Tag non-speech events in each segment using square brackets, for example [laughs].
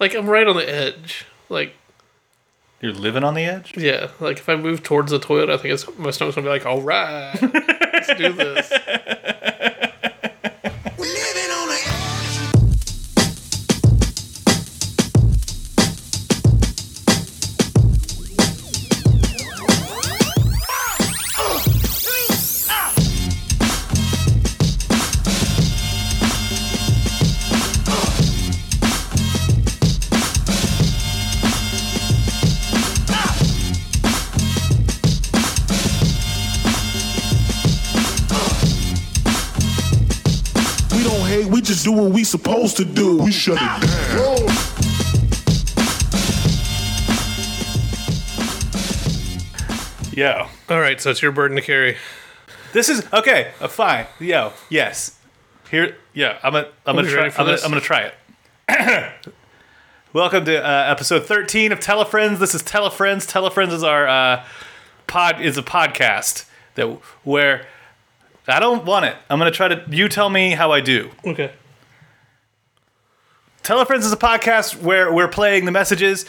like I'm right on the edge. Like You're living on the edge? yeah, like if I move towards the toilet, I think it's my stomach's gonna be like, all right, let's do [laughs] this. Living on the edge. We don't hate, we just do what we supposed to do. We shut it down. Yeah. All right, so it's your burden to carry. This is okay. Uh, fine. Yo. Yes. Here. Yeah. I'm gonna. I'm gonna you try. I'm ready for gonna, this? I'm gonna try it. [coughs] Welcome to uh, episode 13 of Telefriends. This is Telefriends. Telefriends is our uh, pod is a podcast that where I don't want it. I'm gonna try to. You tell me how I do. Okay. Telefriends is a podcast where we're playing the messages.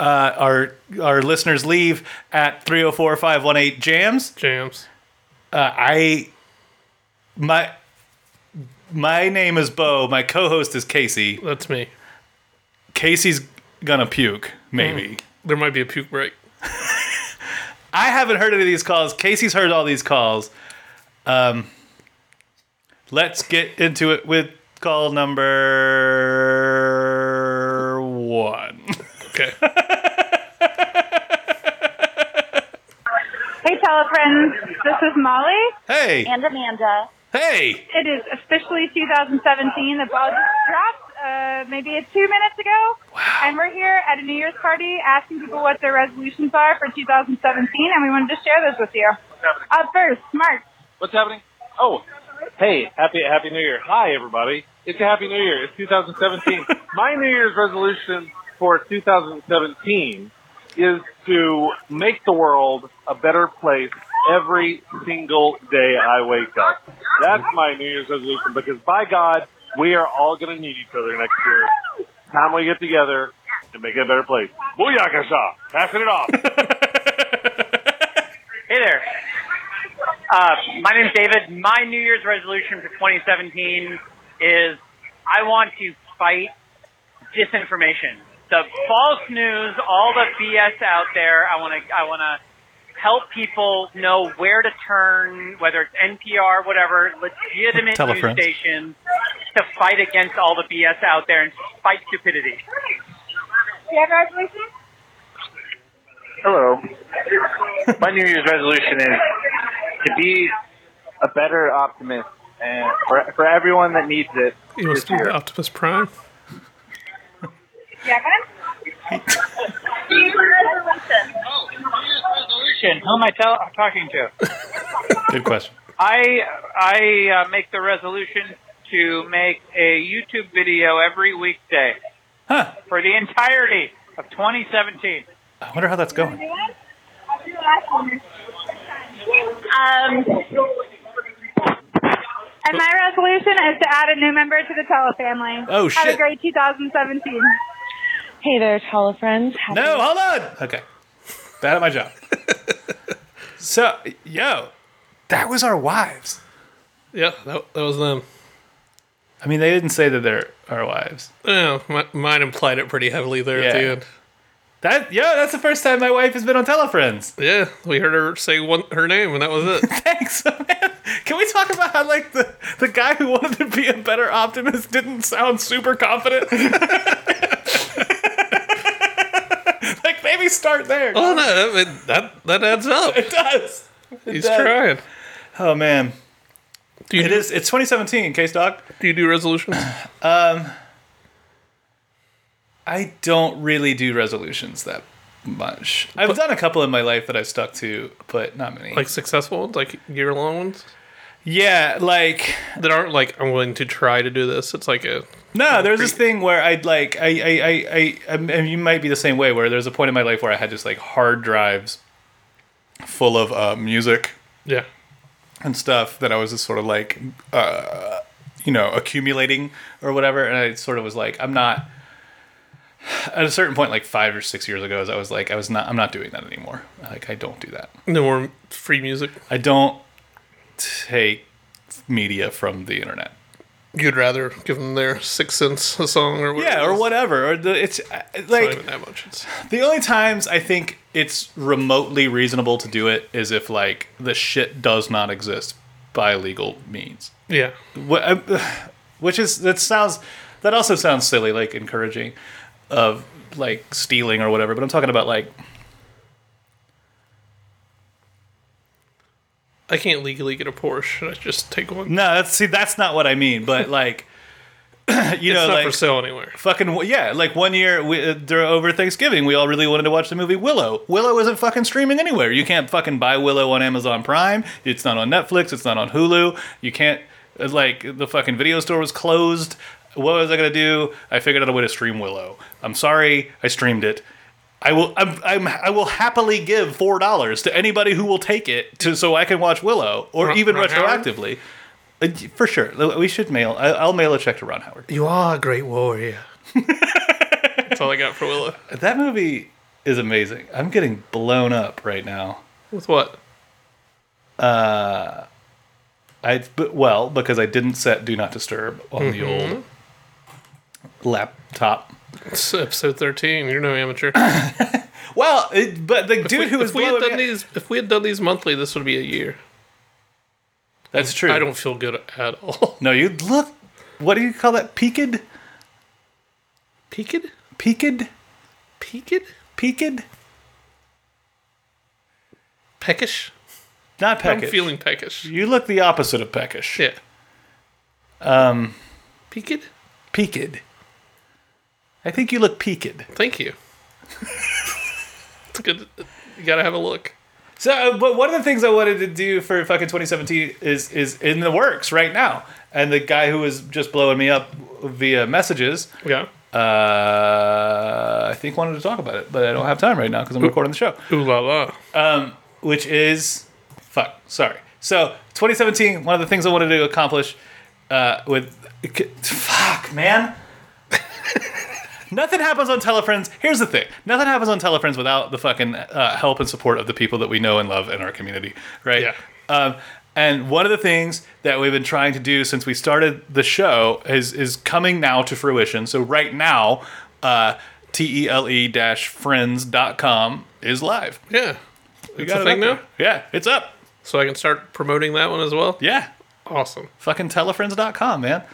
Uh, our our listeners leave at 304-518 jams. Jams. Uh, I my my name is Bo. My co-host is Casey. That's me. Casey's gonna puke, maybe. There might be a puke break. I haven't heard any of these calls. Casey's heard all these calls. Um, let's get into it with call number one. [laughs] Okay. Hey, telefriends. This is Molly Hey, and Amanda. hey, It is officially 2017. The ball just dropped uh, maybe two minutes ago. Wow. And we're here at a New Year's party asking people what their resolutions are for 2017, and we wanted to share those with you. Up first, Mark. What's happening? Oh, hey, happy Happy New Year! Hi, everybody. It's a Happy New Year. [laughs] It's 2017. My New Year's resolution for 2017 is to make the world a better place every single day I wake up. That's my New Year's resolution because by God, we are all going to need each other next year. Time we get together to make it a better place. Booyakasha! Passing [laughs] it off. Hey there. Uh, my name's David. My New Year's resolution for 2017 is I want to fight disinformation. The false news, all the BS out there. I want to. I want to help people know where to turn, whether it's NPR, whatever, legitimate Tell a news friend. stations, to fight against all the BS out there and fight Do stupidity. you have a resolution? Hello. My New Year's resolution is to be a better optimist and for, for everyone that needs it. You want to do Optimus Prime? Yeah, guys. resolution. Who am I talking to? good question. I I uh, make the resolution to make a YouTube video every weekday Huh? for the entirety of 2017. I wonder how that's going. I'll do the last one. Um, And my resolution is to add a new member to the Tele family. Oh, Have shit. a great 2017. hey there, telefriends. Happy No, hold on. Okay. Bad at my [laughs] job. so, yo, that was our wives. Yeah, that, that was them. I mean, they didn't say that they're our wives. Yeah, mi- mine implied it pretty heavily there at the Yeah. end. That, yo, that's the first time my wife has been on Telefriends. [laughs] Yeah, we heard her say one her name, and that was it. Thanks, man. Can we talk about how, like, the, the guy who wanted to be a better optimist didn't sound super confident? [laughs] like, maybe start there. oh no, I mean, that that adds up. It does. He's does. trying. Oh, man. Do you It do, is. It's 2017, Case Doc. do you do resolutions? I don't really do resolutions that much. I've done a couple in my life that I've stuck to, but not many. like successful ones, like year long ones yeah, like that aren't like I'm going to try to do this. It's like a no, there's this thing where I'd like I I I I I'm- and you might be the same way where there's a point in my life where I had just like hard drives full of uh, music yeah. and stuff that I was just sort of like, uh, you know, accumulating or whatever. And I sort of was like, I'm not, at a certain point, like five or six years ago, is I was like, I was not, I'm not doing that anymore. Like, I don't do that. No more free music. I don't take media from the internet. You'd rather give them their six cents a song or whatever. Yeah, or it is. whatever. Or the it's uh, Not like even that much. It's- The only times I think it's remotely reasonable to do it is if like the shit does not exist by legal means. yeah. Wh- I- [sighs] Which is that sounds that also sounds silly, like encouraging of like stealing or whatever. But I'm talking about like I can't legally get a Porsche. Should I just take one? no, that's see that's not what I mean. But like [clears throat] you it's know, not like for sale anywhere. fucking yeah, like one year we, uh, dur- over Thanksgiving, we all really wanted to watch the movie Willow. Willow isn't fucking streaming anywhere. You can't fucking buy Willow on Amazon Prime. It's not on Netflix. It's not on Hulu. You can't uh, like the fucking video store was closed. What was I gonna do? I figured out a way to stream Willow. I'm sorry, I streamed it. I will. I'm, I'm. I will happily give four dollars to anybody who will take it, to so I can watch Willow, or Ron- even Ron Howard? retroactively. Uh, For sure, we should mail. I- I'll mail a check to Ron Howard. You are a great [laughs] warrior. That's all I got for Willow. That movie is amazing. I'm getting blown up right now. With what? I but, well because I didn't set Do Not Disturb on Mm-hmm. the old laptop. It's episode 13. You're no [clears throat] amateur. Well, it, but the dude We- who was if we had blowing done me- these if we had done these monthly, this would be a year. That's true. I don't feel good at all. [laughs] No, you look. What do you call that? Peaked, Peaked? peaked, Peaked? peaked. Peckish? Not peckish. I'm feeling peckish. You look the opposite of peckish. Yeah. Um Peaked? Peaked. I think you look peaked. Thank you. it's good you gotta have a look. So, uh, but one of the things I wanted to do for fucking 2017 is is in the works right now. And the guy who was just blowing me up via messages, Yeah. uh, I think wanted to talk about it, but I don't have time right now because I'm recording the show, Ooh la la. which is fuck. Sorry. So 2017, one of the things I wanted to accomplish uh, with fuck man. [laughs] Nothing happens on Telefriends. Here's the thing: nothing happens on Telefriends without the fucking uh, help and support of the people that we know and love in our community, right? Yeah. Um, and one of the things that we've been trying to do since we started the show is is coming now to fruition. So right now, uh, E tele-friends.com is live. Yeah. We Got got a it thing up now? there. Yeah, it's up. So I can start promoting that one as well? Yeah, Awesome. fucking telefriends.com, man.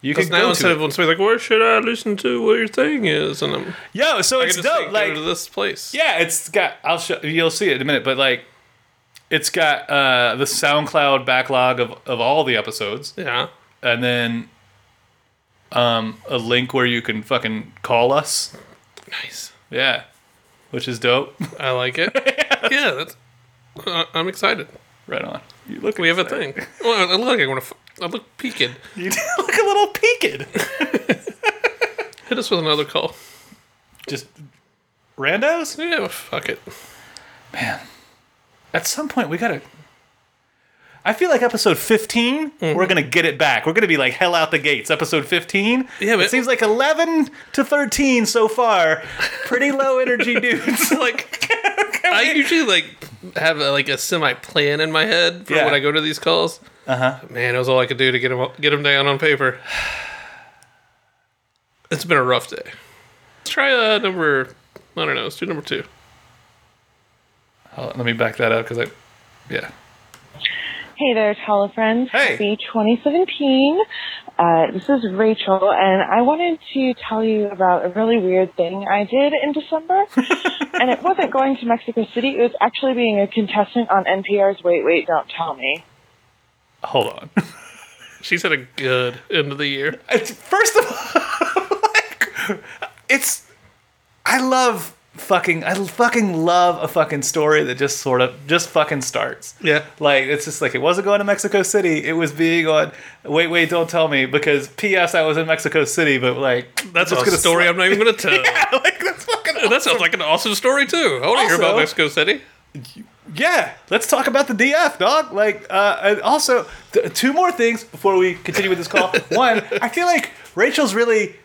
You can Because go now instead to of when somebody's like, where should I listen to what your thing is? And I'm yo. So I it's can just say, dope. Like go to this place. Yeah, it's got. I'll show. You'll see it in a minute, but like, it's got uh, the SoundCloud backlog of of all the episodes, Yeah. and then um, a link where you can fucking call us. Nice. Yeah, which is dope. [laughs] I like it. yeah, that's. I I'm excited. right on. You look. We have a thing. Well, I look, I want to. I look peaked. Hit You [laughs] look a little peaked. us with another call. Just randos. Yeah, fuck it. At some point, we gotta. I feel like episode 15, Mm-hmm. we're gonna get it back. We're gonna be like hell out the gates. Episode 15, Yeah, but- it seems like 11 to 13 so far. Pretty [laughs] low energy dudes. [laughs] Like I usually like have a, like a semi plan in my head for Yeah. Uh-huh. when I go to these calls. Uh huh. Man, it was all I could do to get them get them down on paper. It's been a rough day. Let's try uh, number. I don't know. Let's do number two. Hold on, let me back that up because I, yeah, Hey there, Telefriends. Hey. Happy 2017. Uh, this is Rachel, and I wanted to tell you about a really weird thing I did [laughs] in December. and it wasn't going to Mexico City, it was actually being a contestant on NPR's Wait, Wait, Don't Tell Me. hold on. [laughs] She's had a good end of the year. It's, first of all, [laughs] like, it's, I love fucking, I fucking love a fucking story that just sort of, just fucking starts. Yeah. Like it's just like it wasn't going to Mexico City. It was being on. Wait, wait, don't tell me because P.S. I was in Mexico City, but like That's just a story I'm not even gonna tell. Yeah, [laughs] like that's fucking. That sounds like an awesome story too. I want to hear about Also- Mexico City. Yeah, let's talk about the DF, dog. Like, uh, and also [laughs] th- two more things before we continue with this call. One, I feel like Rachel's really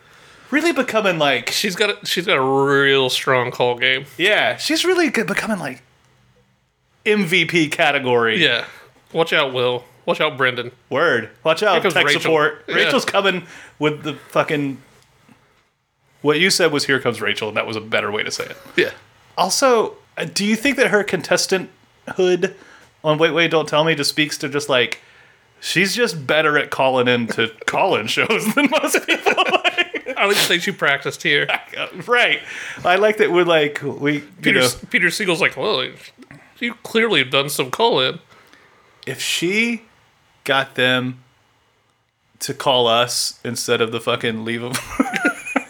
really becoming like She's got a, she's got a real strong call game. yeah, she's really good becoming like MVP category. Yeah. Watch out, Will. Watch out, Brendan. Word. Watch out, Here comes tech Rachel. support. Yeah. Rachel's coming with the fucking. What you said was "Here comes Rachel," and that was a better way to say it. Yeah. Also, uh, do you think that her contestanthood on Wait Wait Don't Tell Me just speaks to just like she's just better at calling in to [laughs] call-in shows than most people? [laughs] uh, I like to think she practiced here. [laughs] right. I like that we're like we you Peter know Peter Siegel's like, well, you clearly have done some call in. if she got them to call us instead of the fucking leave of [laughs]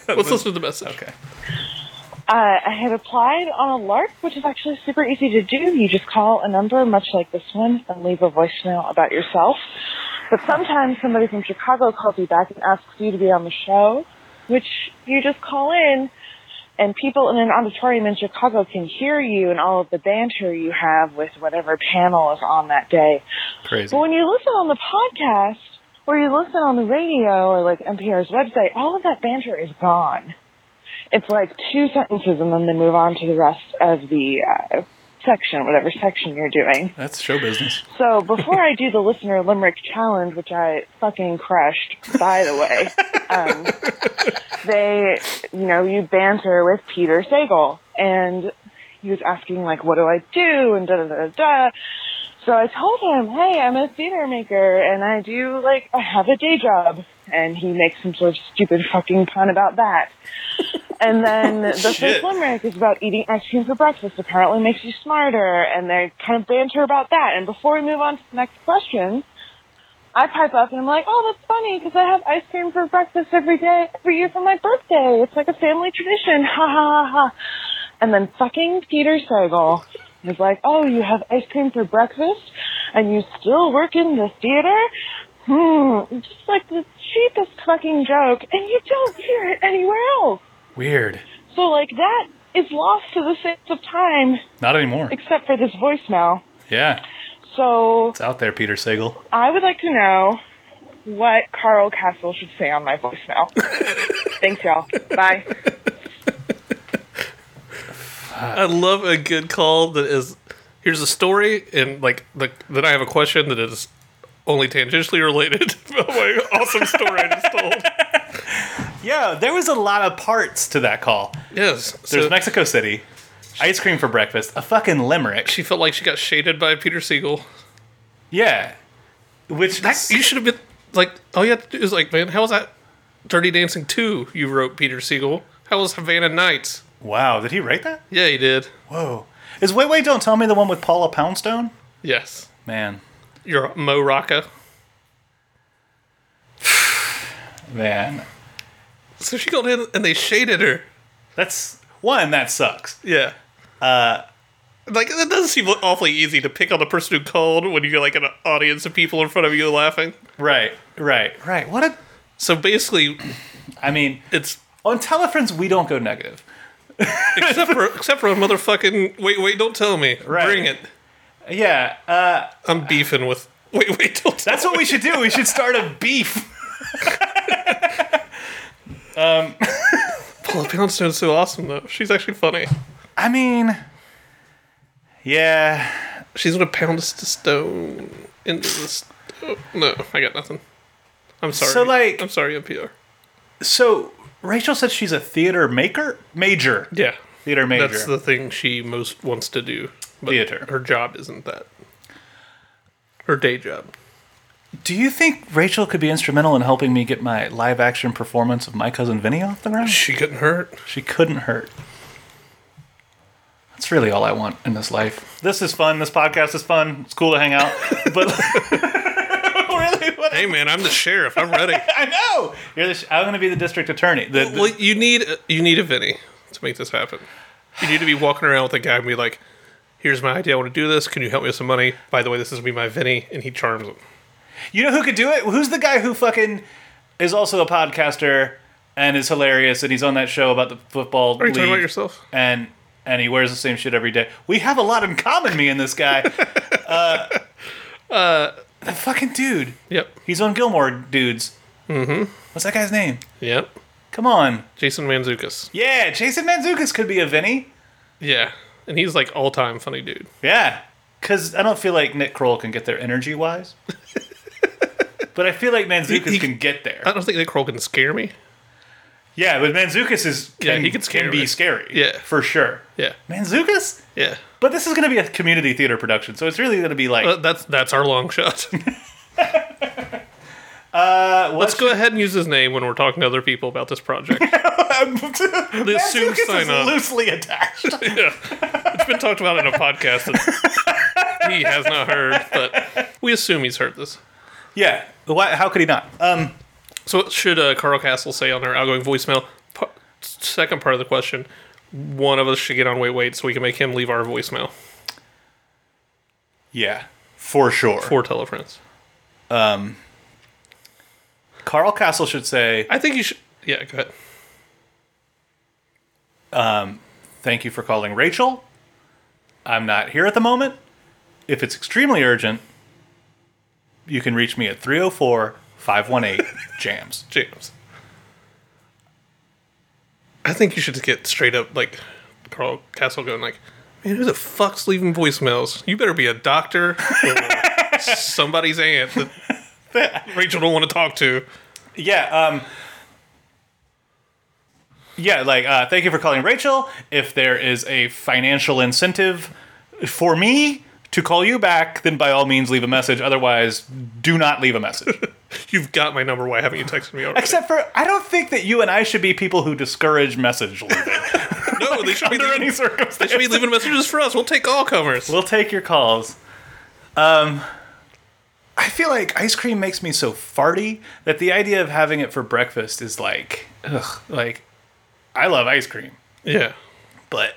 Let's listen to the message. okay. Uh, I had applied on a lark, which is actually super easy to do. You just call a number, much like this one, and leave a voicemail about yourself. But sometimes somebody from Chicago calls you back and asks you to be on the show, which you just call in, and people in an auditorium in Chicago can hear you and all of the banter you have with whatever panel is on that day. Crazy. But when you listen on the podcast, or you listen on the radio, or like NPR's website, all of that banter is gone. It's like two sentences, and then they move on to the rest of the uh, section, whatever section you're doing. That's show business. So before I do the listener limerick challenge, which I fucking crushed, by the way, um, they, you know, you banter with Peter Sagal, and he was asking like, "What do I do?" and da da da da. So I told him, "Hey, I'm a theater maker, and I do like I have a day job." And he makes some sort of stupid fucking pun about that. And then the Shit. first limerick is about eating ice cream for breakfast. Apparently makes you smarter. And they kind of banter about that. And before we move on to the next question, I pipe up and I'm like, oh, that's funny because I have ice cream for breakfast every day, every year for my birthday. It's like a family tradition. [laughs] Ha ha ha ha. And then fucking Peter Sagal is like, oh, you have ice cream for breakfast and you still work in the theater? Hmm. Just like the cheapest fucking joke and you don't hear it anywhere else. Weird. So like that is lost to the sands of time Not anymore. except for this voicemail. Yeah. So It's out there, Peter Sagal. I would like to know what Carl Castle should say on [laughs] my voicemail. Thanks, y'all. Bye. I love a good call that is here's a story and like the, then I have a question that is only tangentially related [laughs] about my awesome story I just told. Yeah, there was a lot of parts to that call. Yes. There's so Mexico City, ice cream for breakfast, a fucking limerick. she felt like she got shaded by Peter Siegel. Yeah. Which That you should have been like all you have to do is like, man, how was that Dirty Dancing 2 you wrote Peter Siegel? How was Havana Nights? Wow, did he write that? Yeah, he did. Whoa. Is Wait Wait Don't Tell Me the one with Paula Poundstone? Yes. Man. You're Mo Rocca. Man. So she called in and they shaded her. That's one, that sucks. Yeah. Uh, like that doesn't seem awfully easy to pick on the person who called when you get like an audience of people in front of you laughing. Right, right, right. What a So basically, I mean, it's on Telefriends we don't go negative. except [laughs] for except for a motherfucking wait, wait, don't tell me. Right. Bring it. Yeah, uh, I'm beefing with wait, wait, don't tell that's what we should do. We should start a beef. [laughs] Paula [laughs] Poundstone's so awesome though. She's actually funny. I mean, yeah. She's gonna pound us to stone into this. No, I got nothing. I'm sorry. So, like- I'm sorry, NPR. So Rachel said she's a theater maker, major Yeah, theater major. that's the thing she most wants to do. But Theater. Her job isn't that. Her day job. Do you think Rachel could be instrumental in helping me get my live action performance of My Cousin Vinny off the ground? She couldn't hurt. She couldn't hurt. That's really all I want in this life. This is fun. This podcast is fun. It's cool to [laughs] hang out. But [laughs] really, what? Hey man, I'm the sheriff. I'm ready. I know. You're the sh- I'm going to be the district attorney. The, the- [laughs] well, you need you need a Vinny to make this happen. You need to be walking around with a guy and be like, "Here's my idea. I want to do this. Can you help me with some money? By the way, this is gonna be my Vinny," and he charms him. you know who could do it? Who's the guy who fucking is also a podcaster and is hilarious and he's on that show about the football Are you league talking about yourself? and and he wears the same shit every day. We have a lot in common, me and this guy. [laughs] uh, Uh, the fucking dude. Yep. He's on Gilmore Dudes. Mm-hmm. What's that guy's name? Yep. Come on. Jason Manzukis. Yeah, Jason Manzukis could be a Vinny. Yeah, and he's like all time funny dude. Yeah, because I don't feel like Nick Kroll can get there energy [laughs] wise. but I feel like Manzukis He- he- can get there. I don't think Nick Kroll can scare me. yeah, but Manzukis is Yeah, can, he can scare be me. scary. Yeah. for sure. Yeah, Manzukis. yeah. But this is going to be a community theater production, so it's really going to be like [laughs] Uh, that's that's our long shot. uh, Let's what's go ahead and use his name when we're talking to other people about this project. the assumed Manzukis is sign-on. loosely attached. [laughs] [laughs] yeah. It's been talked about in a podcast that he has not heard, but we assume he's heard this. yeah, why, how could he not? Um, So, what should uh, Carl Castle say on our outgoing voicemail? Pa- second part of the question one of us should get on Wait Wait so we can make him leave our voicemail yeah, for sure. for Telefriends. Carl Castle should say I think you should. Yeah, go ahead. Thank you for calling Rachel. I'm not here at the moment. If it's extremely urgent, you can reach me at 304 518 JAMS. James. I think you should just get straight up like Carl Castle going like, man, who the fuck's leaving voicemails? You better be a doctor [laughs] or somebody's aunt that Rachel don't want to talk to. Yeah, um, yeah, like, uh, thank you for calling Rachel. If there is a financial incentive for me to call you back, then by all means leave a message. Otherwise, do not leave a message. You've got my number. Why haven't you texted me already? Except for, I don't think that you and I should be people who discourage message leaving no, they should be under any leaving, they circumstances. should be leaving messages for us. We'll take all comers. We'll take your calls. Um, I feel like ice cream makes me so farty that the idea of having it for breakfast is like, ugh, like I love ice cream, yeah, but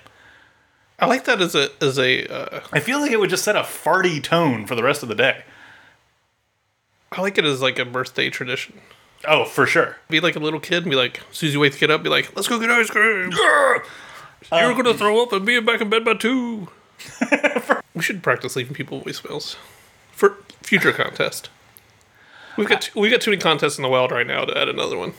I like that as a as a. Uh, I feel like it would just set a farty tone for the rest of the day. I like it as like a birthday tradition. Oh, for sure. Be like a little kid and be like, as soon as you wake to get up, be like, let's go get ice cream. Um, You're gonna throw up and be back in bed by [laughs] two. we should practice leaving people voicemails for future contest. We've got t- we've got too many contests in the wild right now to add another one.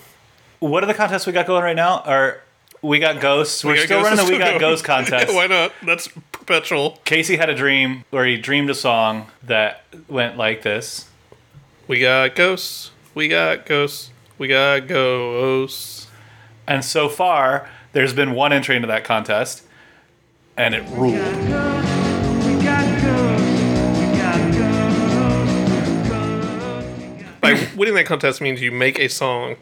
What are the contests we got going right now? Are we got ghosts? We're We Got still Ghosts running is the We still [laughs] going. Got Ghosts contest. Why not? That's perpetual. Casey had a dream where he dreamed a song that went like this. We got ghosts. We got ghosts. We got ghosts. And so far, there's been one entry into that contest, and it ruled. By [laughs] winning that contest means you make a song.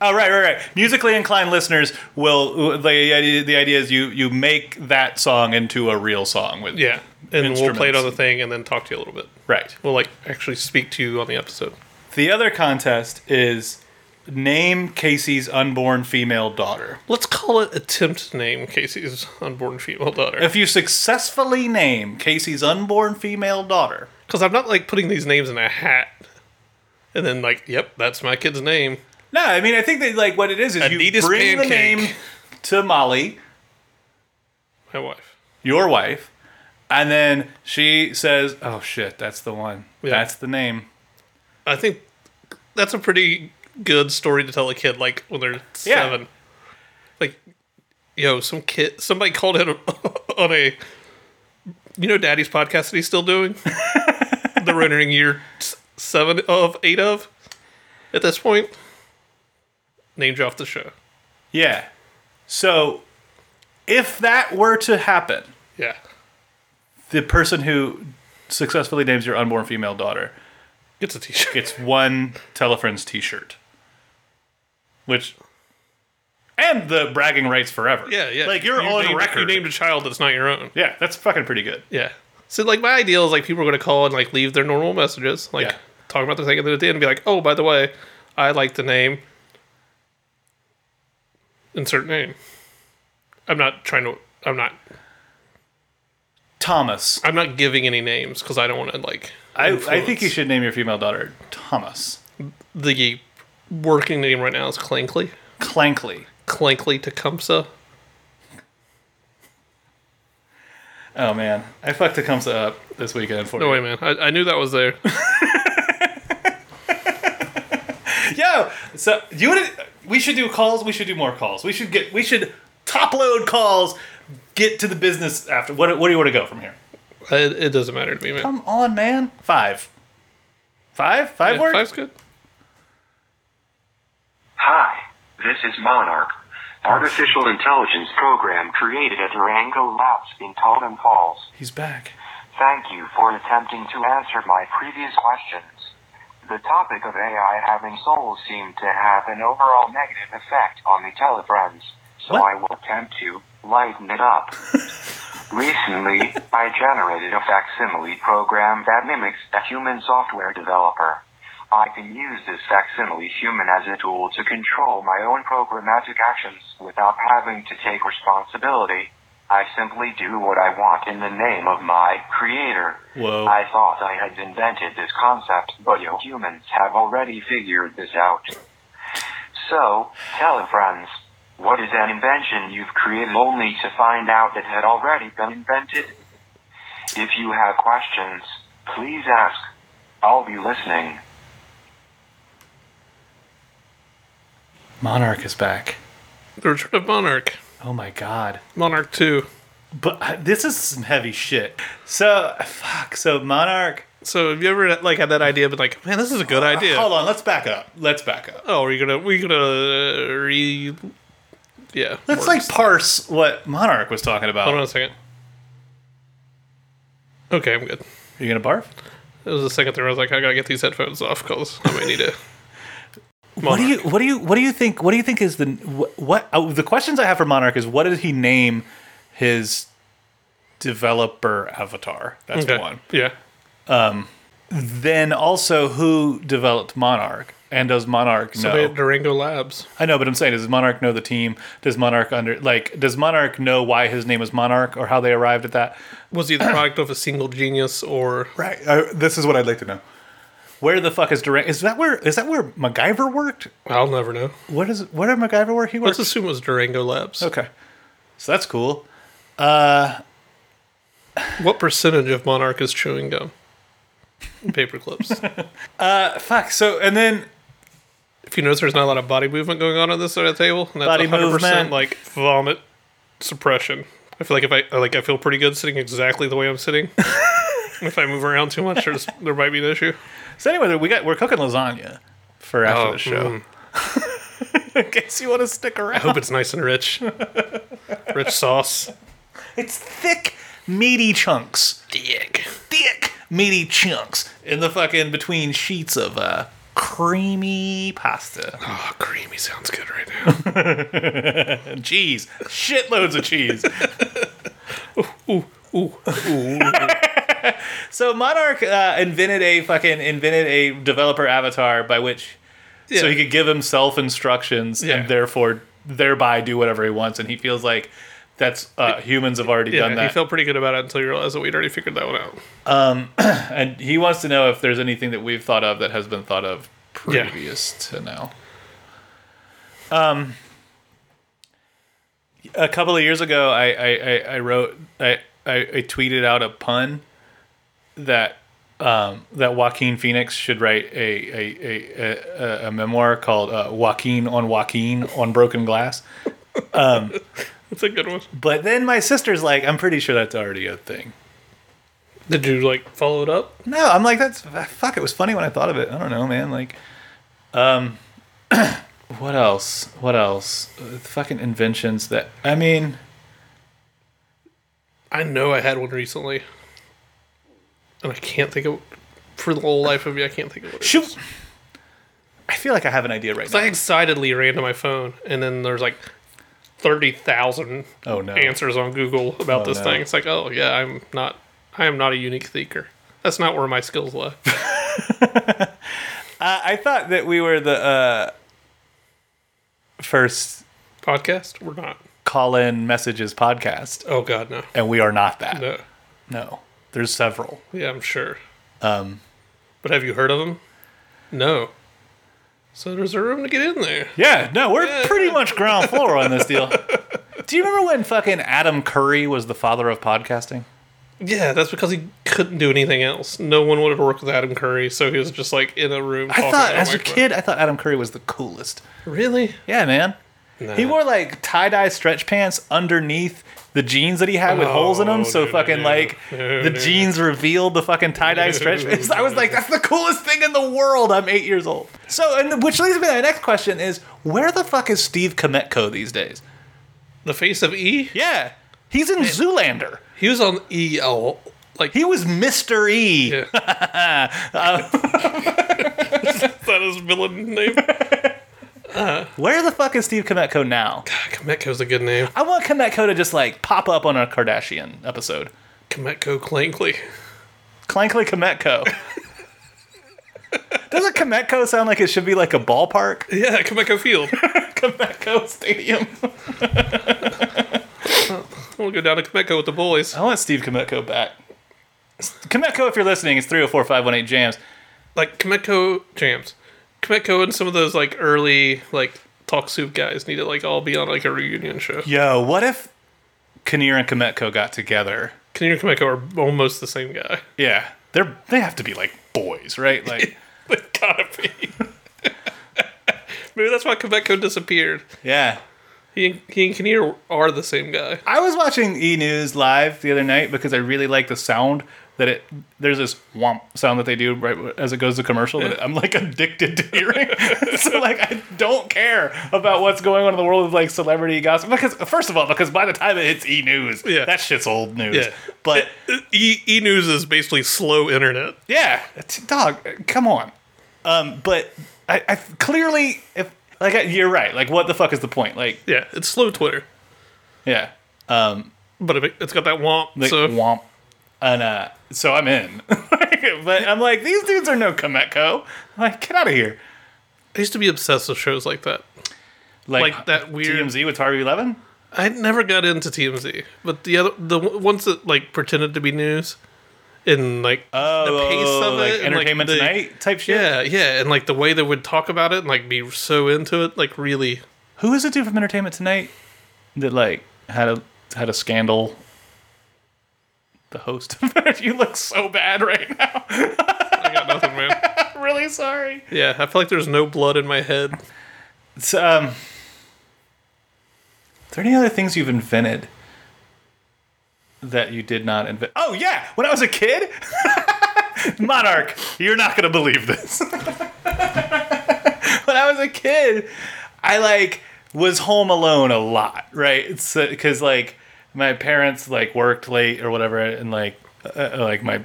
Oh, right, right, right. Musically inclined listeners will the idea, the idea is you you make that song into a real song with Yeah, and we'll play it Instruments. on the thing, and then talk to you a little bit. right. We'll like actually speak to you on the episode. The other contest is name Casey's unborn female daughter. Let's call it attempt to name Casey's unborn female daughter. If you successfully name Casey's unborn female daughter, Because I'm not like putting these names in a hat and then like, yep, that's my kid's name. no, I mean I think that like what it is is you Adidas bring the pancake. name to Molly. My wife. your wife, and then she says, "Oh shit, that's the one. Yeah. That's the name." I think that's a pretty good story to tell a kid like when they're seven. Like, yo, some kid, somebody called in [laughs] on a, you know, Daddy's podcast that he's still [laughs] doing. the rendering year s- seven of eight of. At this point, named you off the show. Yeah. So, if that were to happen, Yeah. the person who successfully names your unborn female daughter It's a t-shirt. gets one Telefriends T-shirt, which. And the bragging rights forever. Yeah, yeah. Like you're You on named- record. You named a child that's not your own. yeah, that's fucking pretty good. Yeah. So like my ideal is like people are gonna call and like leave their normal messages, like Yeah. talk about the thing, and then at the end be like, oh, by the way, I like the name. Insert name. I'm not trying to. I'm not. Thomas. I'm not giving any names because I don't want to like. I, I influence. think you should name your female daughter Thomas The working name right now is Clankly. Clankly. Clankly Tecumseh. Oh man, I fucked Tecumseh up this weekend for No you. way, man. I, I knew that was there. Yo, so you would We should do calls. We should do more calls. We should get. We should top load calls. Get to the business after. What? What do you want to go from here? [laughs] It, it doesn't matter to me, man. Come on, man. Five. Five. Five Yeah, words. five's good. Hi, this is Monarch, artificial intelligence program created at Durango Labs in Totem Falls. He's back. Thank you for attempting to answer my previous questions. The topic of AI having souls seemed to have an overall negative effect on the telefriends, so What? I will attempt to lighten it up. Recently, I generated a facsimile program that mimics a human software developer. I can use this facsimile human as a tool to control my own programmatic actions without having to take responsibility. I simply do what I want in the name of my creator. Whoa. I thought I had invented this concept, but you humans have already figured this out. So, tell it, friends, what is an invention you've created only to find out it had already been invented? If you have questions, please ask. I'll be listening. Monarch is back. The Return of Monarch. Oh my god. Monarch 2. But I- this is some heavy shit. So fuck. So Monarch. So have you ever like had that idea, been like, man, this is a good idea? Uh, Hold on. Let's back up. Let's back up. Oh, are you gonna we gonna uh, re? Yeah. words. Let's like parse what Monarch was talking Hold on about. a second. Okay, I'm good. Are you gonna barf? It was the second thing where I was like, I gotta get these headphones off because I might need [laughs] to. What do you what do you what do you think what do you think is the what, what oh, the questions I have for Monarch is what did he name his developer avatar? That's Okay. one. Yeah. Then also who developed Monarch and does Monarch know? Somebody at Durango Labs. I know, but I'm saying does Monarch know the team? Does Monarch under like does Monarch know why his name is Monarch or how they arrived at that? Was he the product of a single genius or Right. I, this is what I'd like to know. Where the fuck is Durant? Is that where is that where MacGyver worked? I'll never know. What is where did MacGyver work? He Let's worked. assume it was Durango Labs. okay, so that's cool. What percentage of Monarch is chewing gum? Paper [laughs] clips. Fuck. So and then if you notice, there's not a lot of body movement going on at this side of the table, and that's Body 100% movement. like vomit suppression. I feel like if I I like, I feel pretty good sitting exactly the way I'm sitting. [laughs] if I move around too much, there's, there might be an issue. so anyway, we got we're cooking lasagna for after Oh, the show. [laughs] In case you want to stick I around, hope it's nice and rich, rich sauce. it's thick, meaty chunks, Dick. thick, meaty chunks in the fucking between sheets of uh, creamy pasta. Oh, creamy sounds good right [laughs] now. cheese, shitloads of cheese. [laughs] Ooh, So Monarch uh, invented a fucking invented a developer avatar by which so he could give himself instructions Yeah. and therefore thereby do whatever he wants and he feels like that's uh, humans have already yeah, done that you feel pretty good about it until you realize that we'd already figured that one out. and he wants to know if there's anything that we've thought of that has been thought of Yeah. previous to now. Um, a couple of years ago, I I, I, I wrote I, I I tweeted out a pun that um, that Joaquin Phoenix should write a a, a, a, a memoir called uh, Joaquin on Joaquin on Broken Glass. That's a good one. But then my sister's like, I'm pretty sure that's already a thing. Did you like follow it up? No, I'm like that's fuck. It was funny when I thought of it. I don't know, man. Like, um, [clears throat] what else? What else? Uh, fucking inventions that I mean, I know I had one recently, and I can't think of. For the whole life of me, I can't think of what it is. shoot. I feel like I have an idea right So I now. excitedly ran to my phone, and then there's like thirty thousand Oh no! answers on Google about Oh, this no. thing. It's like, oh yeah, I'm not, I am not a unique thinker. That's not where my skills lie. Uh, I thought that we were the uh, first Podcast, we're not. call-in messages podcast, Oh God, no, and we are not that. no. No. there's several. Yeah, I'm sure. Um, but have you heard of them? No. So there's a room to get in there. Yeah, no, we're pretty much [laughs] ground floor on this deal. Do you remember when fucking Adam Curry was the father of podcasting? Yeah, that's because he couldn't do anything else. No one wanted to work with Adam Curry, so he was just like in a room. I talking thought, to a as a microphone. kid, I thought Adam Curry was the coolest. really? Yeah, man. He wore like tie dye stretch pants underneath the jeans that he had with holes in them. So no, fucking no, like no, the no. jeans revealed the fucking tie dye stretch pants. I was like, that's the coolest thing in the world. I'm eight years old. So, and which leads me to my next question is where the fuck is Steve Kometko these days? The face of E. Yeah. He's in Zoolander. He was on E all like He was Mr. E. [laughs] Yeah. Uh, that is villain name. Where the fuck is Steve Kometko now? Kometko's a good name. I want Kometko to just like pop up on a Kardashian episode. Kometko Clankley. Clankly Kometko. Doesn't Kometko sound like it should be like a ballpark? Yeah, Kometko Field. Kometko Stadium. we'll go down to Kometko with the boys. I want Steve Kometko back. Kometko, if you're listening, it's 304 518 Jams. Like Kometko jams. Kometko and some of those like early like talk soup guys need to like all be on like a reunion show. Yo, what if Kinnear and Kometko got together? Kenny and Kometko are almost the same guy. Yeah. They're they have to be like boys, right? [laughs] Like [laughs] They gotta be. Maybe that's why Kometko disappeared. Yeah. He and, he and Kinnear are the same guy. I was watching E News live the other night because I really like the sound that it. There's this womp sound that they do right as it goes to commercial that I'm like addicted to hearing. [laughs] so like I don't care about what's going on in the world of like celebrity gossip because first of all because by the time it hits E News, Yeah. that shit's old news. Yeah. But E, e News is basically slow internet. yeah, it's- dog, come on. Um, but I, I clearly if like I, you're right. Like what the fuck is the point? Like Yeah, it's slow Twitter, yeah. Um, but it, it's got that womp. like so womp. And uh, so I'm in. [laughs] but I'm like, these dudes are no Kometko. I'm like, get out of here. I used to be obsessed with shows like that. Like, uh, Like that weird- TMZ with Harvey Levin. I never got into TMZ, but the other the w- ones that like pretended to be news, and like the pace of Oh, like it, and, Entertainment the- Tonight type shit. Yeah, yeah, and like the way they would talk about it and like be so into it, like really. Who is the dude from Entertainment Tonight that like had a had a scandal? The host. [laughs] you look so bad right now. [laughs] I got nothing, man. [laughs] I'm really sorry. Yeah, I feel like there's no blood in my head. It's, um, are there any other things you've invented that you did not invent? Oh yeah, when I was a kid, [laughs] Monarch, you're not gonna believe this. [laughs] when I was a kid, I like was home alone a lot, right? It's because like my parents like worked late or whatever, and like uh, uh, like my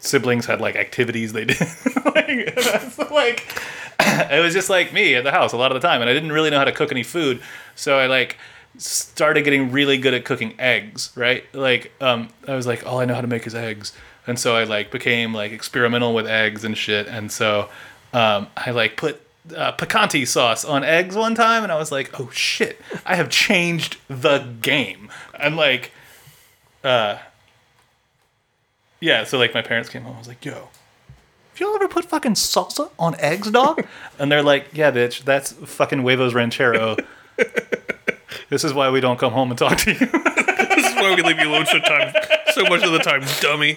siblings had like activities they did. [laughs] like, that's, like [laughs] it was just like me at the house a lot of the time, and I didn't really know how to cook any food, so I like started getting really good at cooking eggs. Right, like um, I was like, all I know how to make is eggs, and so I like became like experimental with eggs and shit, and so um, I like put. Uh, picante sauce on eggs one time, and I was like, "Oh shit! I have changed the game." I'm like, uh, yeah, so like my parents came home. I was like, yo, have y'all ever put fucking salsa on eggs, [laughs] dog? and they're like, yeah, bitch, that's fucking huevos [laughs] ranchero. this is why we don't come home and talk to you. This is why we leave you alone so time, so much of the time, dummy.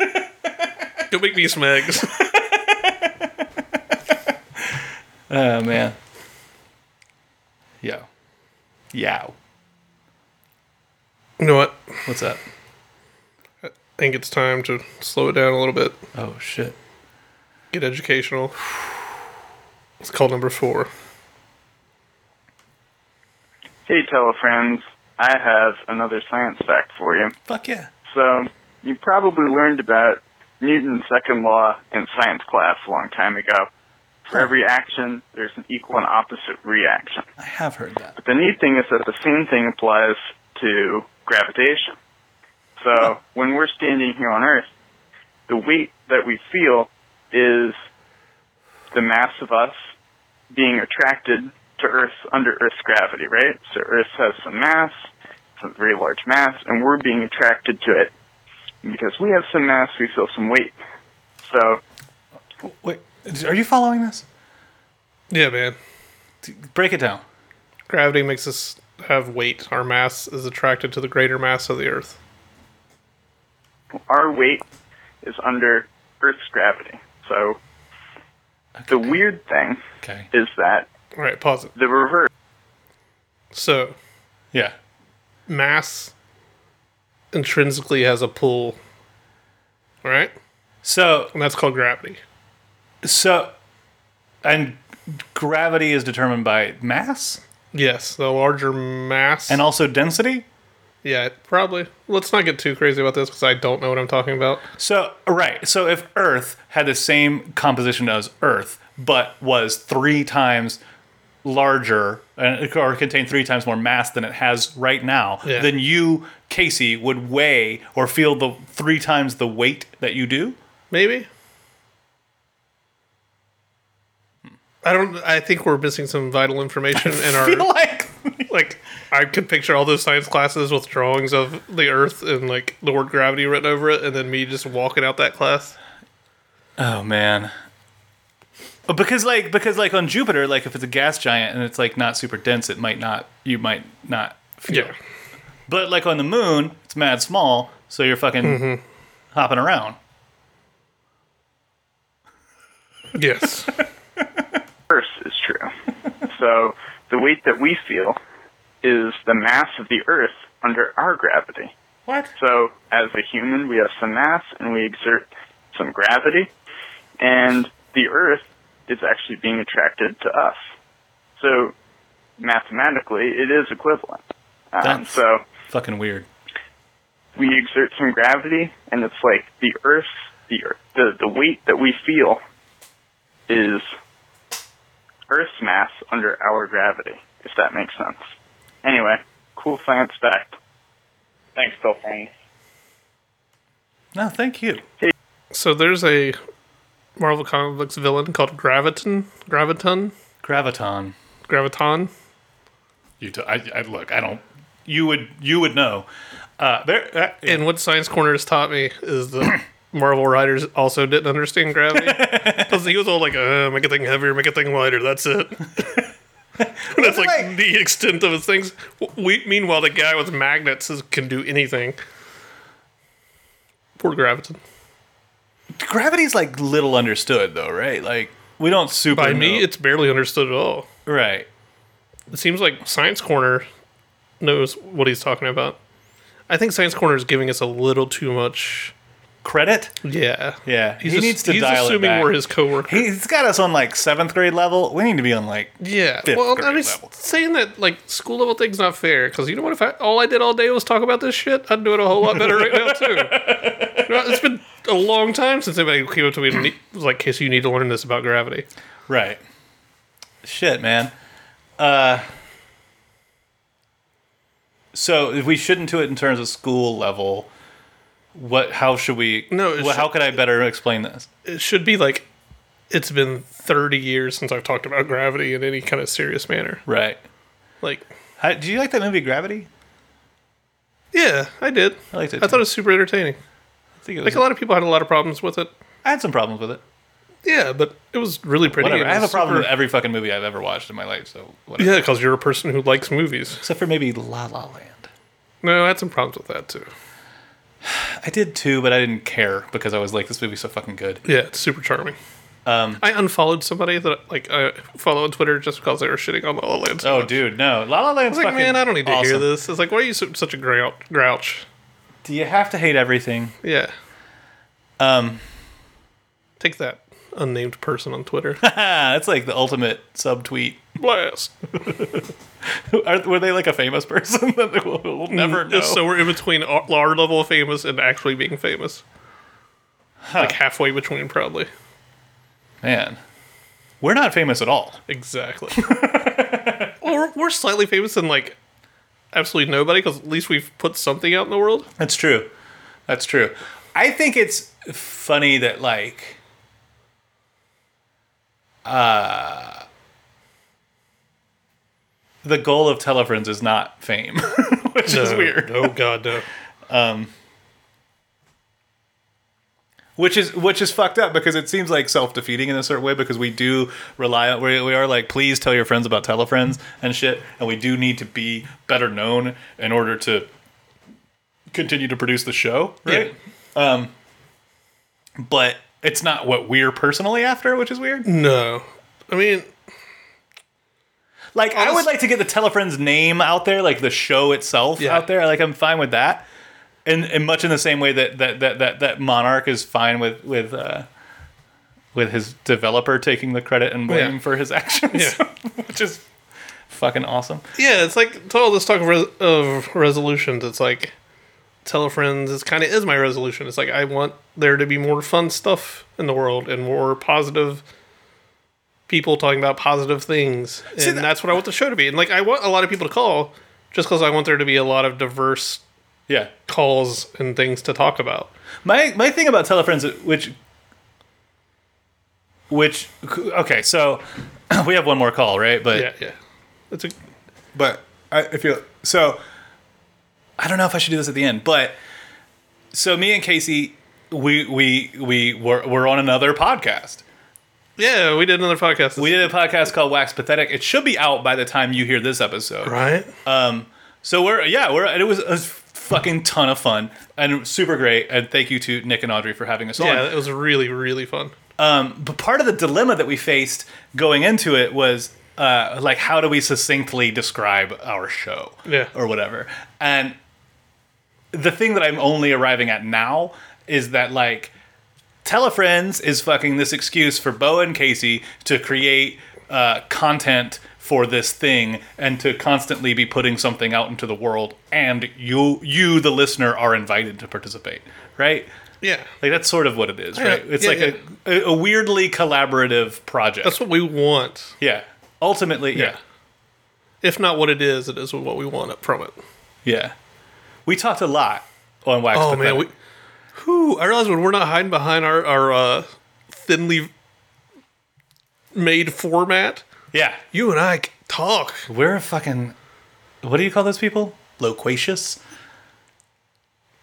Go make me some eggs. oh, man. Yo. Yow. You know what? What's up? I think it's time to slow it down a little bit. Oh, shit. Get educational. It's called number four. Hey, telefriends. I have another science fact for you. Fuck yeah. So, you probably learned about Newton's second law in science class a long time ago. For every action, there's an equal and opposite reaction. I have heard that. The neat thing is that the same thing applies to gravitation. So, when we're standing here on Earth, the weight that we feel is the mass of us being attracted to Earth under Earth's gravity, right? So Earth has some mass, some very large mass, and we're being attracted to it. And because we have some mass, we feel some weight. So Wait, are you following this? Yeah, man. Break it down. Gravity makes us have weight. Our mass is attracted to the greater mass of the Earth. our weight is under Earth's gravity. So the weird thing Okay. is that All right, pause it. the reverse. So, yeah, mass intrinsically has a pull. All right, So and that's called gravity. so, and gravity is determined by mass Yes, the larger mass. and also density. yeah, probably. Let's not get too crazy about this because I don't know what I'm talking about. So right. So if Earth had the same composition as Earth, but was three times larger uh, or contained three times more mass than it has right now, Yeah. then you, Casey, would weigh or feel the three times the weight that you do. [laughs] Maybe. I don't. I think we're missing some vital information in our. feel like like I could picture all those science classes with drawings of the Earth and like the word gravity written over it, and then me just walking out that class. Oh man. Because like because like on Jupiter, like if it's a gas giant and it's like not super dense, it might not you might not feel. Yeah, But like on the moon, it's mad small, so you're fucking hopping around. [laughs] yes, reverse is true. so the weight that we feel is the mass of the Earth under our gravity. What? So as a human, we have some mass and we exert some gravity, and the Earth is actually being attracted to us. So mathematically, it is equivalent. Um, That's- so Fucking weird. we exert some gravity, and it's like the Earth's the Earth, the the weight that we feel is Earth's mass under our gravity. If that makes sense. Anyway, cool science fact. Thanks, Bill. Thanks. No, thank you. So there's a Marvel comic books villain called Graviton. Graviton. Graviton. Graviton. You t- I, I look, I don't you would you would know. Uh there uh, yeah. And what Science Corner has taught me is [clears throat] that Marvel writers also didn't understand [laughs] gravity. 'Cause he was all like, uh, make a thing heavier, make a thing lighter, that's [laughs] it. [laughs] And That's like, like- the extent of his things. W- We, meanwhile, the guy with magnets is, can do anything. Poor Graviton. gravity's like little understood though, right? Like we don't super By me, know- it's barely understood at all. right. It seems like Science Corner knows what he's talking about. I think Science Corner is giving us a little too much. Credit? Yeah. Yeah. He's he ass- needs to he's dial assuming it back. we're his coworker. He's got us on like seventh grade level. We need to be on like Yeah, fifth well, grade I'm just level. saying that like school level thing's not fair because you know what? If I, all I did all day was talk about this shit, I'd do it a whole lot better right now too. You know, it's been a long time since anybody came up to me and was like, "Casey, you need to learn this about gravity." right. Shit, man. Uh, so if we shouldn't do it in terms of school level, what? How should we? No, it Well, how should- could I better explain this? It should be like it's been 30 years since I've talked about gravity in any kind of serious manner. Right. Like, How, do you like that movie Gravity? yeah, I did. I liked it. I thought it was super entertaining. I think it Like was. a lot of people had a lot of problems with it. I had some problems with it. Yeah, but it was really pretty. Whatever. and I it have a was problem with super- every fucking movie I've ever watched in my life. So whatever. Yeah, because you're a person who likes movies. Except for maybe La La Land. No, I had some problems with that too. I did too, but I didn't care because I was like, this movie's so fucking good. Yeah, it's super charming. Um, I unfollowed somebody that like I follow on Twitter just because they were shitting on La La Land. so Oh, much. dude, no. La La Land's I was like, fucking man, I don't need to hear awesome. this. It's like, why are you so, such a grou- grouch? Do you have to hate everything? Yeah, Um, take that unnamed person on [laughs] Twitter. that's like the ultimate subtweet. [laughs] Blast. Are, were they like a famous [laughs] person that they will we'll never know? So we're in between our our level of famous and actually being famous. Like halfway between, probably. Man, we're not famous at all. [laughs] Exactly. well, we're, we're slightly famous in like absolutely nobody because at least we've put something out in the world. That's true. That's true. I think it's funny that like uh uh, the goal of Telefriends is not fame, [laughs] which is weird. Oh God, no. Which is which is fucked up because it seems like self defeating in a certain way because we do rely on we, we are like please tell your friends about telefriends and shit and we do need to be better known in order to continue to produce the show right Yeah. Um, but it's not what we're personally after, which is weird. No, I mean, like I would like to get the Telefriends name out there, like the show itself out there. Like I'm fine with that, and and much in the same way that that that that, that Monarch is fine with with. Uh, with his developer taking the credit and blame Oh, Yeah. for his [laughs] actions, which is fucking awesome. Yeah, it's like to all this talk of, res- of resolutions. It's like tell friends. It's kind of is my resolution. It's like I want there to be more fun stuff in the world and more positive people talking about positive things, and that's what I want the show to be. And like I want a lot of people to call just because I want there to be a lot of diverse yeah calls and things to talk about. My my thing about Telefriends, which which okay, so [clears throat] we have one more call, right? But yeah, yeah, it's a but I, I feel so. I don't know if I should do this at the end, but so me and Casey, we we we were we're on another podcast. Yeah, we did another podcast. We did a podcast called Wax Pathetic. It should be out by the time you hear this episode, Right. Um. So we're yeah we're and it was a fucking ton of fun and super great and thank you to Nick and Audrey for having us on. yeah, it was really really fun. Um, but part of the dilemma that we faced going into it was uh, like, how do we succinctly describe our show? Yeah. Or whatever. And the thing that I'm only arriving at now is that, like, Telefriends is fucking this excuse for Bo and Casey to create uh, content for this thing and to constantly be putting something out into the world. And you, you, the listener, are invited to participate, right? Yeah. Like that's sort of what it is, Yeah, right? It's yeah, like A, a weirdly collaborative project. That's what we want. Yeah. Ultimately, yeah. If not what it is, it is what we want from it. Yeah. We talked a lot on Wax. oh Pathetic. man, we. Whew, I realize when we're not hiding behind our our uh, thinly made format. Yeah. You and I c- talk. We're a fucking. What do you call those people? Loquacious.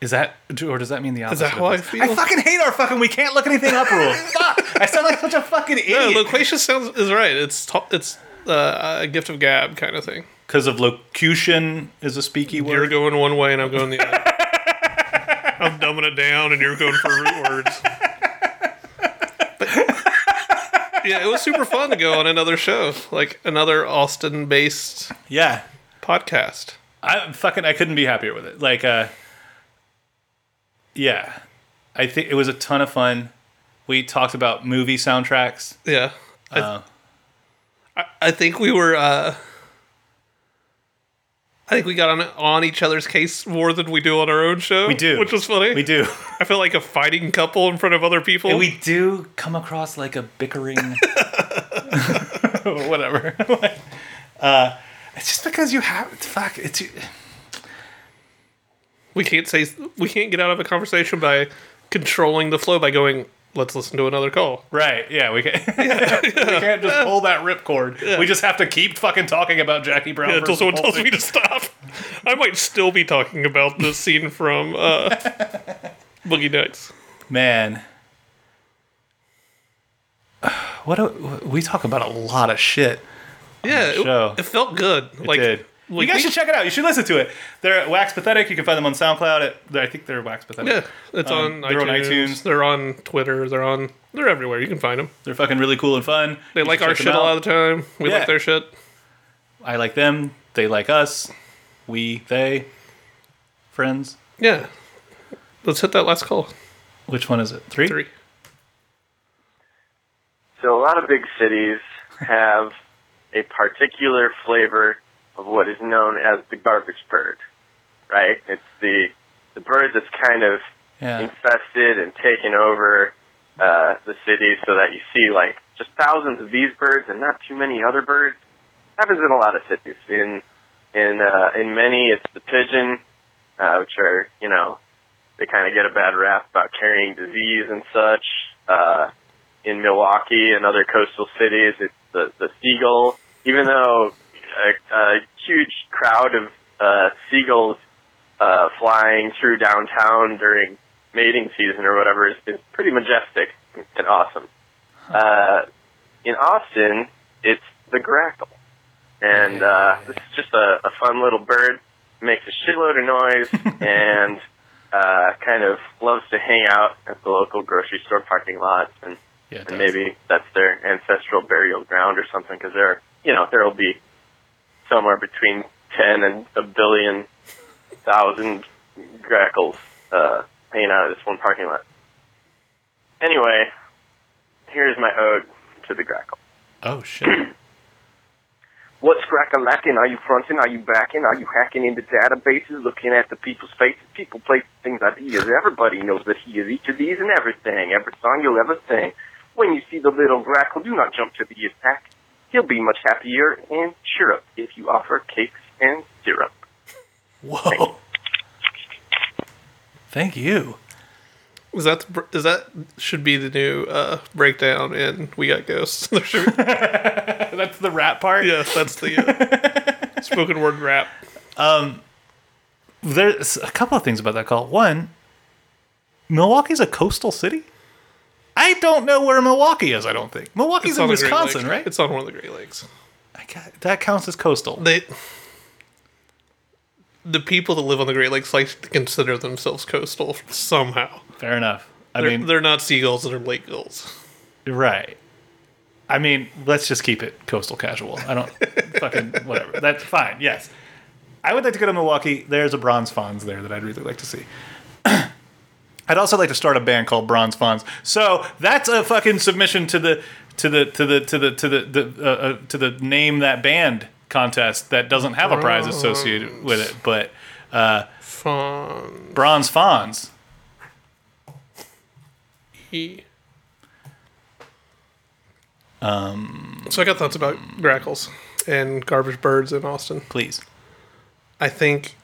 Is that or does that mean the opposite? Is that of how I this? feel? I fucking hate our fucking. We can't look anything up [laughs] rule. Fuck! I sound like such a fucking No, idiot. loquacious sounds is right. It's ta- it's uh, a gift of gab kind of thing. Because of locution is a speaky word. You're going one way and I'm going the [laughs] other. I'm dumbing it down and you're going for root [laughs] words. But, yeah, it was super fun to go on another show, like another Austin based Yeah. podcast. I fucking I couldn't be happier with it. Like uh yeah. I think it was a ton of fun. We talked about movie soundtracks. Yeah. I- Uh, I, I think we were uh I think we got on on each other's case more than we do on our own show. We do. Which was funny. we do. I feel like a fighting couple in front of other people. And [laughs] we do come across like a bickering [laughs] whatever. uh it's just because you have fuck it's we can't say we can't get out of a conversation by controlling the flow by going, let's listen to another call. right. Yeah, we can [laughs] we can't just pull that ripcord. We just have to keep fucking talking about Jackie Brown Yeah, until versus someone tells Voltage. me to stop. I might still be talking about this scene from [laughs] uh Boogie Nights. Man. [sighs] What a, we talk about a lot of shit. Yeah, show. it, it felt good. like did. like you guys we- should check it out. You should listen to it. They're at Wax Pathetic. You can find them on SoundCloud. At, I think they're Wax Pathetic. Yeah, it's Um, on, they're iTunes. on iTunes. They're on Twitter. They're on. They're everywhere. You can find them. They're fucking really cool and fun. They You like should our check them shit a out. lot of the time. We Yeah. like their shit. I like them. They like us. We, they, friends. Yeah. Let's hit that last call. Which one is it? Three? Three. So a lot of big cities have a particular flavor of what is known as the garbage bird, right? It's the the bird that's kind of Yeah. infested and taken over uh, the city, so that you see like just thousands of these birds and not too many other birds. Happens in a lot of cities. In in uh, in many, it's the pigeon, uh, which are you know they kind of get a bad rap about carrying disease and such. Uh, in Milwaukee and other coastal cities, it's the the seagull. Even though a, a huge crowd of uh, seagulls uh, flying through downtown during mating season or whatever is, is pretty majestic and awesome. Uh, in Austin, it's the grackle, and uh, this is just a, a fun little bird. Makes a shitload of noise and uh, kind of loves to hang out at the local grocery store parking lot, and, Yeah, it and does. maybe that's their ancestral burial ground or something. Because there, are, you know, there will be somewhere between ten and a billion thousand grackles uh, hanging out at this one parking lot. Anyway, here's my ode to the grackle. Oh shit. What's cracker lacking? Are you fronting? Are you backing? Are you hacking into databases, looking at the people's faces, people, places, things, ideas? Everybody knows that he is each of these and everything, every song you'll ever sing. When you see the little grackle, do not jump to the attack. He'll be much happier and chirrup if you offer cakes and syrup. Whoa. Thank you. Is that the br- is that should be the new uh, breakdown in We Got Ghosts? [laughs] There should be- [laughs] that's the rap part. Yes, that's the uh, spoken word [laughs] rap. Um, there's a couple of things about that call. One, Milwaukee's a coastal city. I don't know where Milwaukee is. I don't think Milwaukee's It's in on the Great Wisconsin, Lakes. right? It's on one of the Great Lakes. That counts as coastal. They, the people that live on the Great Lakes like to consider themselves coastal somehow. Fair enough. I they're, mean- they're not seagulls; they're lake gulls. Right. I mean, let's just keep it coastal casual. I don't fucking whatever. That's fine. Yes. I would like to go to Milwaukee. There's a Bronze Fonz there that I'd really like to see. [clears throat] I'd also like to start a band called Bronze Fonz. So that's a fucking submission to the to the to the to the to the, the uh, uh, to the name that band contest that doesn't have a prize associated with it, but uh, Bronze Fonz. He. Um, So I got thoughts about grackles and garbage birds in Austin. Please. I think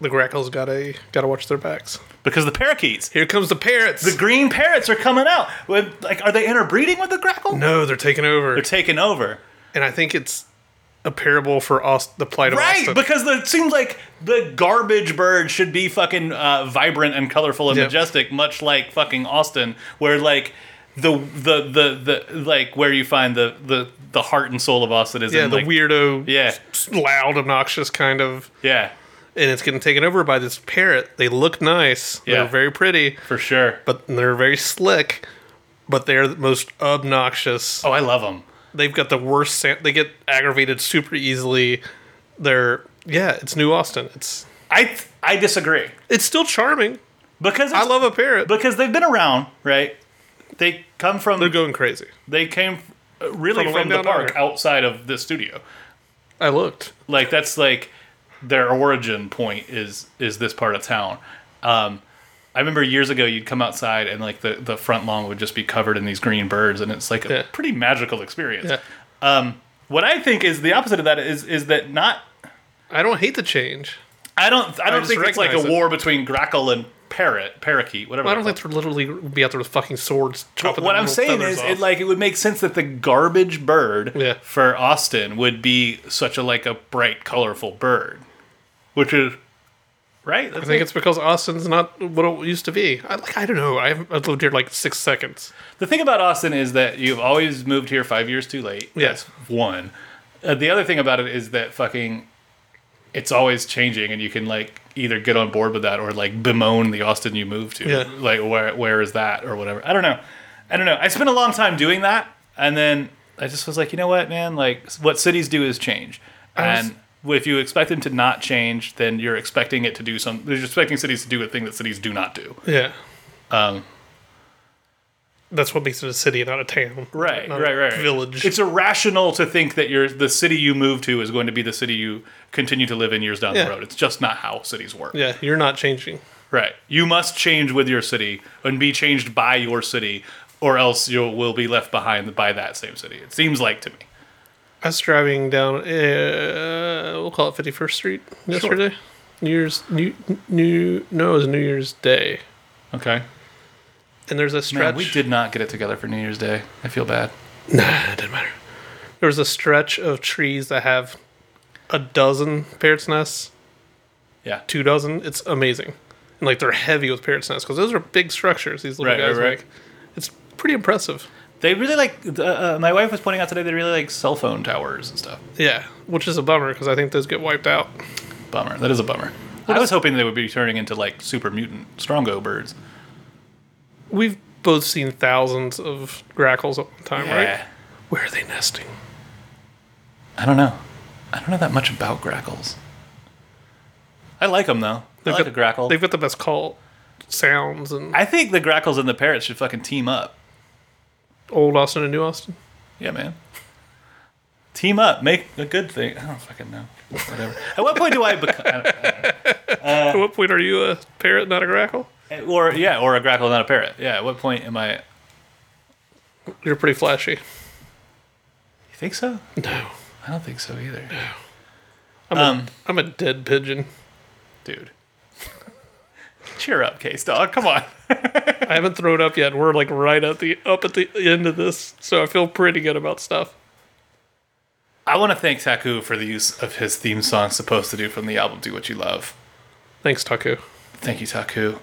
the grackles got to got to watch their backs. Because the parakeets. Here comes the parrots. The green parrots are coming out. With like are they interbreeding with the grackle? No, they're taking over. They're taking over. And I think it's a parable for Aust- the plight of right Austin. because the- it seems like the garbage bird should be fucking uh, vibrant and colorful and Yep. majestic much like fucking austin where like the the the, the like where you find the, the the heart and soul of austin is yeah, in the like, weirdo, yeah. loud, obnoxious kind of. Yeah. And it's getting taken over by this parrot. They look nice. Yeah. They're very pretty. For sure. But they're very slick. But they're the most obnoxious. Oh, I love them. They've got the worst. Sa- they get aggravated super easily. They're yeah. It's New Austin. It's I I disagree. It's still charming because I love a parrot because they've been around right they come from they're going crazy they came uh, really From from, way the down park under. outside of the studio I looked. Like that's like their origin point is is this part of town. Um, I remember years ago you'd come outside and like the the front lawn would just be covered in these green birds, and it's like a pretty magical experience. Yeah. Um, what I think is the opposite of that is is that not. I don't hate the change. I don't. I I don't just think it's like a recognize it. war between grackle and parrot, parakeet, whatever. I they're don't think they're literally be out there with fucking swords. chopping what their I'm little saying feathers is, off. it like it would make sense that the garbage bird for Austin would be such a like a bright, colorful bird, which is right. I think it's because Austin's not what it used to be. I like I don't know. I've, I've lived here like six seconds. The thing about Austin is that you've always moved here five years too late. Yes. That's one. Uh, the other thing about it is that fucking, it's always changing, and you can like either get on board with that or like bemoan the Austin you moved to. Yeah. Like where where is that or whatever. I don't know. I don't know. I spent a long time doing that, and then I just was like, you know what, man? Like what cities do is change, I was- and. If you expect them to not change, then you're expecting it to do some. You're expecting cities to do a thing that cities do not do. Yeah, Um, that's what makes it a city, not a town. Right, Not a right, right. Village. It's irrational to think that your the city you move to is going to be the city you continue to live in years down Yeah. the road. It's just not how cities work. yeah, you're not changing. Right. You must change with your city and be changed by your city, or else you will be left behind by that same city. It seems like to me. I was driving down, uh, we'll call it 51st Street yesterday. New Year's, new, new, no, it was New Year's Day. Okay. And there's a Man, stretch. we did not get it together for New Year's Day. I feel bad. Nah, it doesn't matter. There was a stretch of trees that have a dozen parrot's nests. Yeah. Two dozen. It's amazing. And like they're heavy with parrot's nests because those are big structures these little Right, guys right, right. make. It's pretty impressive. They really like. Uh, uh, my wife was pointing out today. They really like cell phone towers and stuff. Yeah, which is a bummer because I think those get wiped out. Bummer. That is a bummer. I was hoping they would be turning into like super mutant strongo birds. We've both seen thousands of grackles at one time, Yeah. right? Where are they nesting? I don't know. I don't know that much about grackles. I like them though. I like got, a grackle. They've got the best call sounds and I think the grackles and the parrots should fucking team up. old Austin and new Austin. Yeah, man. Team up, make a good thing. I don't fucking know. Whatever. At what point do I [laughs] become? At what point are you a parrot, not a grackle? Or yeah, or a grackle, not a parrot. Yeah. At what point am I? You You're pretty flashy. think so? No, I don't think so either. I'm, a, I'm a dead pigeon, dude. Cheer up, Case Dog. Come on. I haven't thrown up yet. We're like right at the up at the end of this, so I feel pretty good about stuff. I want to thank Taku for the use of his theme song, "Supposed to Do" from the album "Do What You Love." Thanks, Taku. Thank you, Taku.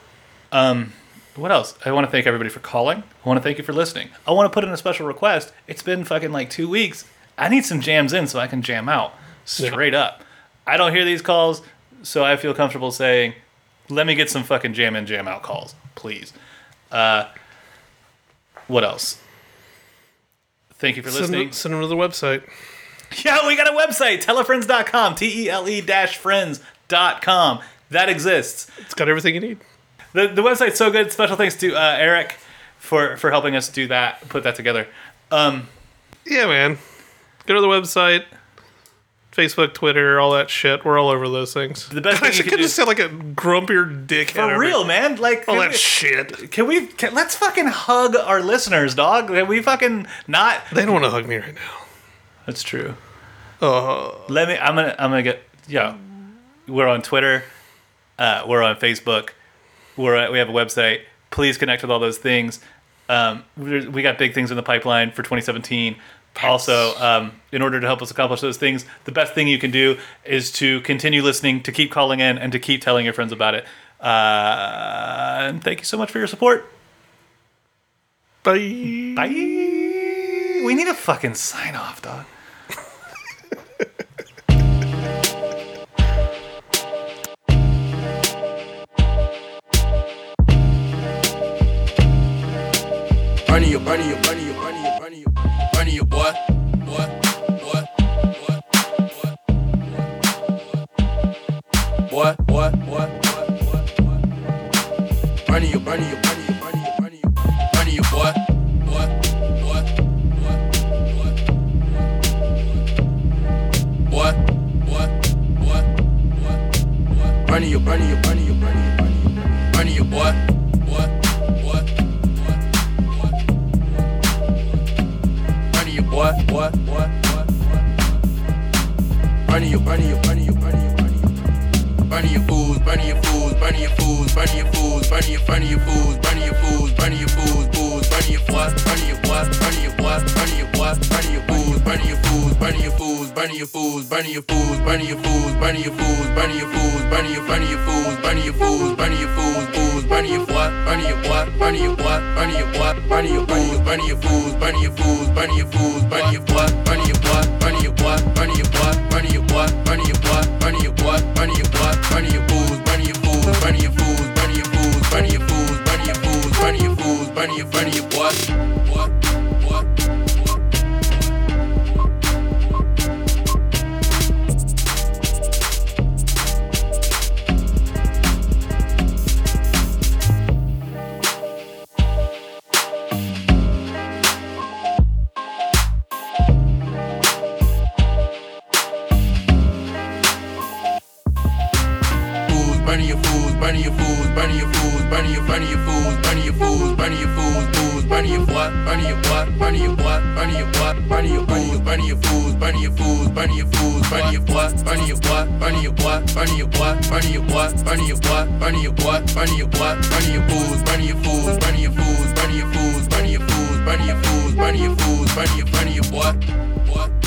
Um, what else? I want to thank everybody for calling. I want to thank you for listening. I want to put in a special request. It's been fucking like two weeks. I need some jams in so I can jam out straight up. I don't hear these calls, so I feel comfortable saying, let me get some fucking jam in, jam out calls, please. Uh, what else? Thank you for Send, [laughs] listening. them- send them to the website. Yeah, we got a website, telefriends.com, T E L E friends.com. That exists. It's got everything you need. The, the website's so good. Special thanks to uh, Eric for, for helping us do that, put that together. Um, Yeah, man. Go to the website, Facebook, Twitter, all that shit. We're all over those things. The best I [laughs] thing you should can could do- just sound like a grumpier dick. for real, man. Like, All can that we- shit. Can we, can, let's fucking hug our listeners, dog. Can we fucking not. They don't want to hug me right now. That's true. Uh, Let me, I'm gonna, I'm gonna get, yeah. We're on Twitter. Uh, we're on Facebook. We're at, we have a website. Please connect with all those things. Um, we're- we got big things in the pipeline for 2017. Also, um, in order to help us accomplish those things, the best thing you can do is to continue listening, to keep calling in, and to keep telling your friends about it. Uh, and thank you so much for your support. Bye. Bye. We need a fucking sign off, dog. Burning your, burning your, burning your, burning your, burning your, burning your boy, boy, boy, boy, boy, boy, boy, boy, boy, boy. Burning your, burning your, burning your, burning your, burning your, burning your boy, boy, boy, boy, boy, boy, boy. Burning your, burning your, burning your, burning your, burning your, burning your boy, boy, boy, boy. Running your boy, boy, boy, boy. Running your, running your, running your, running your, running your. Running your fools, running your fools, running your fools, running your fools, running your, running your fools, running your fools, running your fools, fools, running your boys, running your boys, running your boys, running your boys, running your fools, running your fools, running your fools, running your fools, running your fools, running your fools, running your fools, running your fools, running your, running your fools, running your fools, running your fools, fools, running your boy, running your boy, running your boy, running your boy, running your fools, running your fools, running your fools, running your fools, running your boy, running your boy, running your boy, running your boy, running your boy, running your boy, running your boy, running your boy, running your fools, running your fools, running your fools, running your fools, running your fools, running your fools, running your fools, running your, running your boy, boy, boy. fools, burning your fools, burning your fools, burning your fools, burning your burning your fools, burning your fools, burning your fools, fools, burning your what, burning your what, burning your what, burning your what, burning your fools, burning your fools, burning your fools, burning your fools, burning your what, burning your what, burning your what, burning your what, burning your what, burning your what, burning your what, burning your what, burning your fools, burning your fools, burning your fools, burning your fools, burning your fools, burning your fools, burning your fools, burning your burning your what, what.